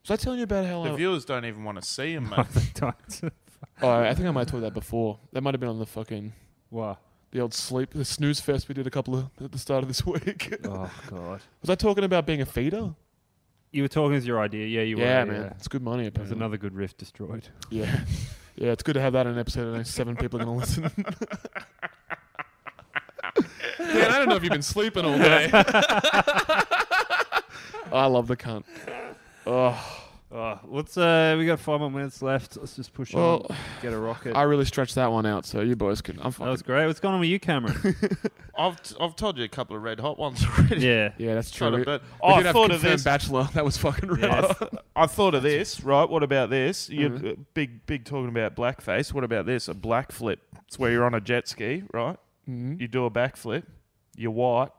was I telling you about how? The I, viewers don't even want to see him, mate. Don't- oh, I think I might have told that before. That might have been on the fucking Wow. the old sleep, the snooze fest we did a couple of at the start of this week. Oh god. was I talking about being a feeder? You were talking as your idea. Yeah, you Yeah, were. man, it's good money. There's Apparently. another good riff destroyed. Yeah, yeah, it's good to have that in an episode. And seven people are gonna listen. Dan, I don't know if you've been sleeping all day. I love the cunt. Oh, let's uh we got five more minutes left. Let's just push Well, on. Get a rocket. I really stretched that one out, so you boys can. I'm that fucking. was great. What's going on with you, Cameron? I've, t- I've told you a couple of red hot ones already. yeah. Yeah, that's true. Trying to We- bet- we Oh, I did have thought of confirmed this. Bachelor. That was fucking real. I thought of this, right? What about this? You uh, big big talking about blackface. What about this? A black flip. It's where you're on a jet ski, right? You do a backflip. You're white.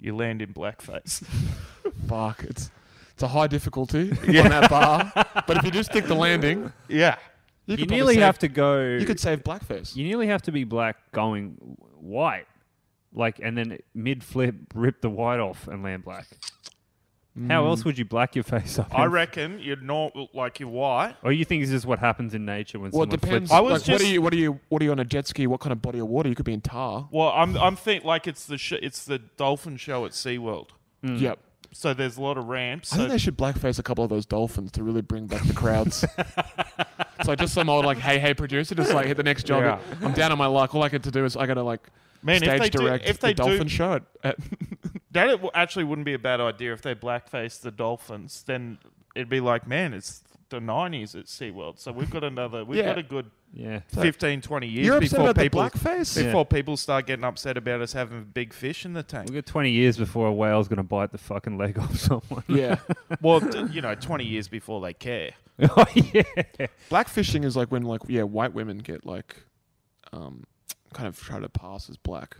You land in blackface. Fuck, it's it's a high difficulty on that bar. but if you just stick the landing, yeah. You, could probably nearly save- have to go you could save blackface. you nearly have to be black going w- white. Like and then mid flip rip the white off and land black. How Mm. else would you black your face up? I and- reckon you're not like you're white. Or you think it's just what happens in nature when well, it someone depends. flips? I was like, what are just- you? What are you? What are you on a jet ski? What kind of body of water? You could be in tar. Well, I'm I'm think like it's the sh- it's the dolphin show at SeaWorld. Yep. Mm. So there's a lot of ramps. I think so- they should blackface a couple of those dolphins to really bring back the crowds. so just some old like hey hey producer just like hit the next job. I'm down on my luck. All I get to do is I gotta like Man, if stage they do- direct if they the do- dolphin shot. at- That it w- actually wouldn't be a bad idea if they blackface the dolphins. Then it'd be like, man, it's the 90s at SeaWorld. So we've got another, we've Yeah. got a good yeah. 15, 20 years You're upset before about the people blackface. before people start getting upset about us having big fish in the We tank. got 20 years before a whale's going to bite the fucking leg off someone. Yeah. well, d- you know, 20 years before they care. oh, yeah. Blackfishing is like when like yeah, white women get like um kind of try to pass as black.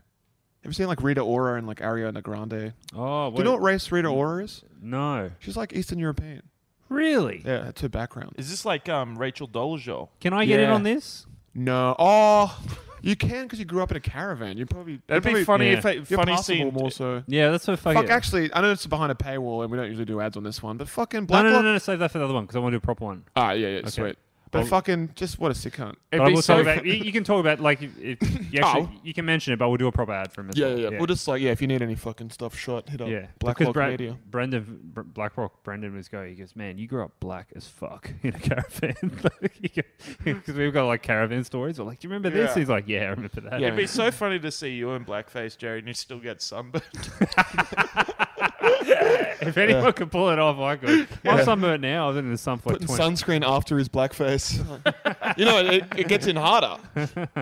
Have you seen like Rita Ora and like Ariana Grande? Do Oh, wait. you know what race Rita Ora is? no. She's like Eastern European. Really? Yeah, that's her background. Is this like um, Rachel Dolezal? Can I get in Yeah. on this? No. Oh, you can because you grew up in a caravan. You probably That'd you're be probably- funny yeah. if it, You're funny passable seeing more so. Oh, Yeah, that's what fucking. Fuck, actually, I know it's behind a paywall and we don't usually do ads on this one, but fucking No, Black no, no, Lo- no, no, save that for the other one because I want to do a proper one. Ah, yeah, yeah, sweet. But Well- fucking, just what a sick cunt. But be we'll so- talk about, you, you can talk about, like, if, if you actually, you can mention it, but we'll do a proper ad for him. as Oh. Yeah, well. yeah, yeah. We'll just like, yeah, if you need any fucking stuff shot, hit up Yeah, because Blacklock Bra- Media. Brendan Br- BlackRock Brendan was going. He goes, man, you grew up black as fuck in a caravan. Because we've got like caravan stories. We're like, do you remember this? Yeah. He's like, yeah, I remember that. Yeah, It'd be so funny to see you in blackface, Jerry, and you still get sunburned. If anyone could pull it off, I could. My sunburn now is in the sun for like putting 20. sunscreen after his blackface. you know, it, it gets in harder.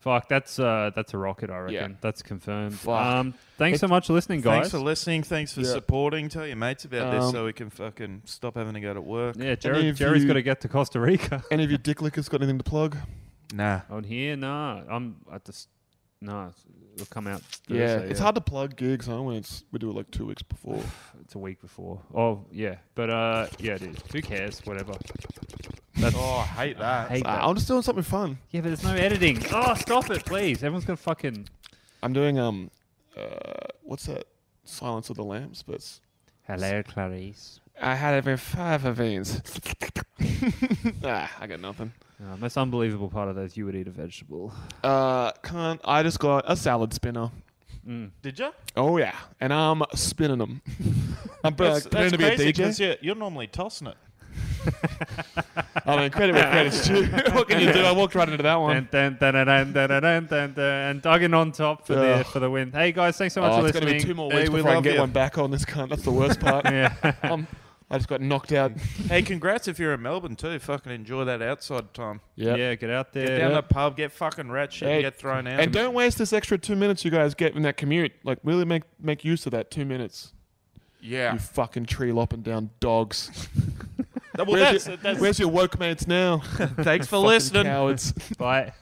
Fuck, that's uh, that's a rocket, I reckon. Yeah. That's confirmed. Fuck. Um, thanks so much for listening, guys. Thanks for listening. Thanks for supporting. Tell your mates about Um, this so we can fucking stop having to go to work. yeah, Any Jerry, of Jerry's you- got to get to Costa Rica. Any of you dick lickers got anything to plug? Nah. On here, nah. I'm. I just nah. It'll come out. Thursday, Yeah, it's hard to plug gigs, huh? When it's we do it like two weeks before. It's a week before. Oh yeah, but uh, yeah, it is. Who cares? Whatever. That's, Oh, I hate that. hate that. I'm just doing something fun. Yeah, but there's no editing. Oh, stop it, please. Everyone's gonna fucking. I'm doing um, uh, what's that? Silence of the Lambs, but it's, Hello, Clarice. I had every five of these. ah, I got nothing. Uh, most unbelievable part of those, you would eat a vegetable. Uh, can't. I just got a salad spinner. Did you? Oh yeah, and I'm spinning them. I'm That's, pretending that's to be a crazy DJ. 'cause you're, you're normally tossing it. I mean, credit where credit's due. what can you do? I walked right into that one. Dun, dun, dun, dun, dun, dun, dun, dun, dun, dun. And Duggan on top for the Ugh. for the win. Hey guys, thanks so much Oh, for it's going to listening. be two more Hey, weeks we before I can love get you. one back on this cunt. That's the worst part. yeah. um, I just got knocked out. Hey, congrats if you're in Melbourne too. Fucking enjoy that outside time. Yeah, get out there. Down the pub, get fucking rat shit, Hey, get thrown out. And don't waste this extra two minutes you guys get in that commute. Like, really make make use of that two minutes. yeah. You fucking tree lopping down dogs. Well, Where's, that's, your, that's, where's your woke mates now? thanks for Fucking listening. Cowards. Bye.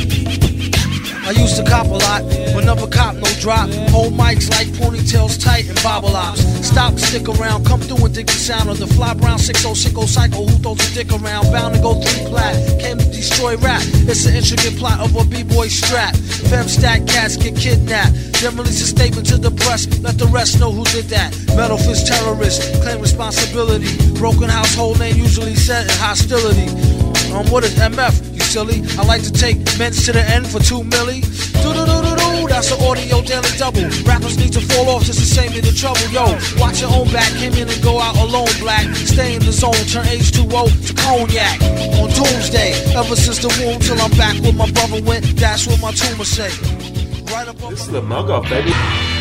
I used to cop a lot, when up a cop, no drop. Old mics like ponytails tight and bobble ops. Stop, stick around, come through and dig the sound of the fly brown 6060 cycle. Who throws a dick around? Bound to go three plat. Came to destroy rap. It's an intricate plot of a b-boy strap. Fem stack cats get kidnapped. Then release a statement to the press. Let the rest know who did that. Metal fist terrorist, claim responsibility. Broken household name usually set in hostility. Um, what is MF? You silly. I like to take mints to the end for two milli. Do do do do do. That's an audio daily double. Rappers need to fall off just to save me the trouble. Yo, watch your own back. Came in and go out alone, black. Stay in the zone. Turn H2O to cognac on doomsday. Ever since the womb till I'm back where my brother went. That's what my tumor say. Right up on This my- is the mug off, baby.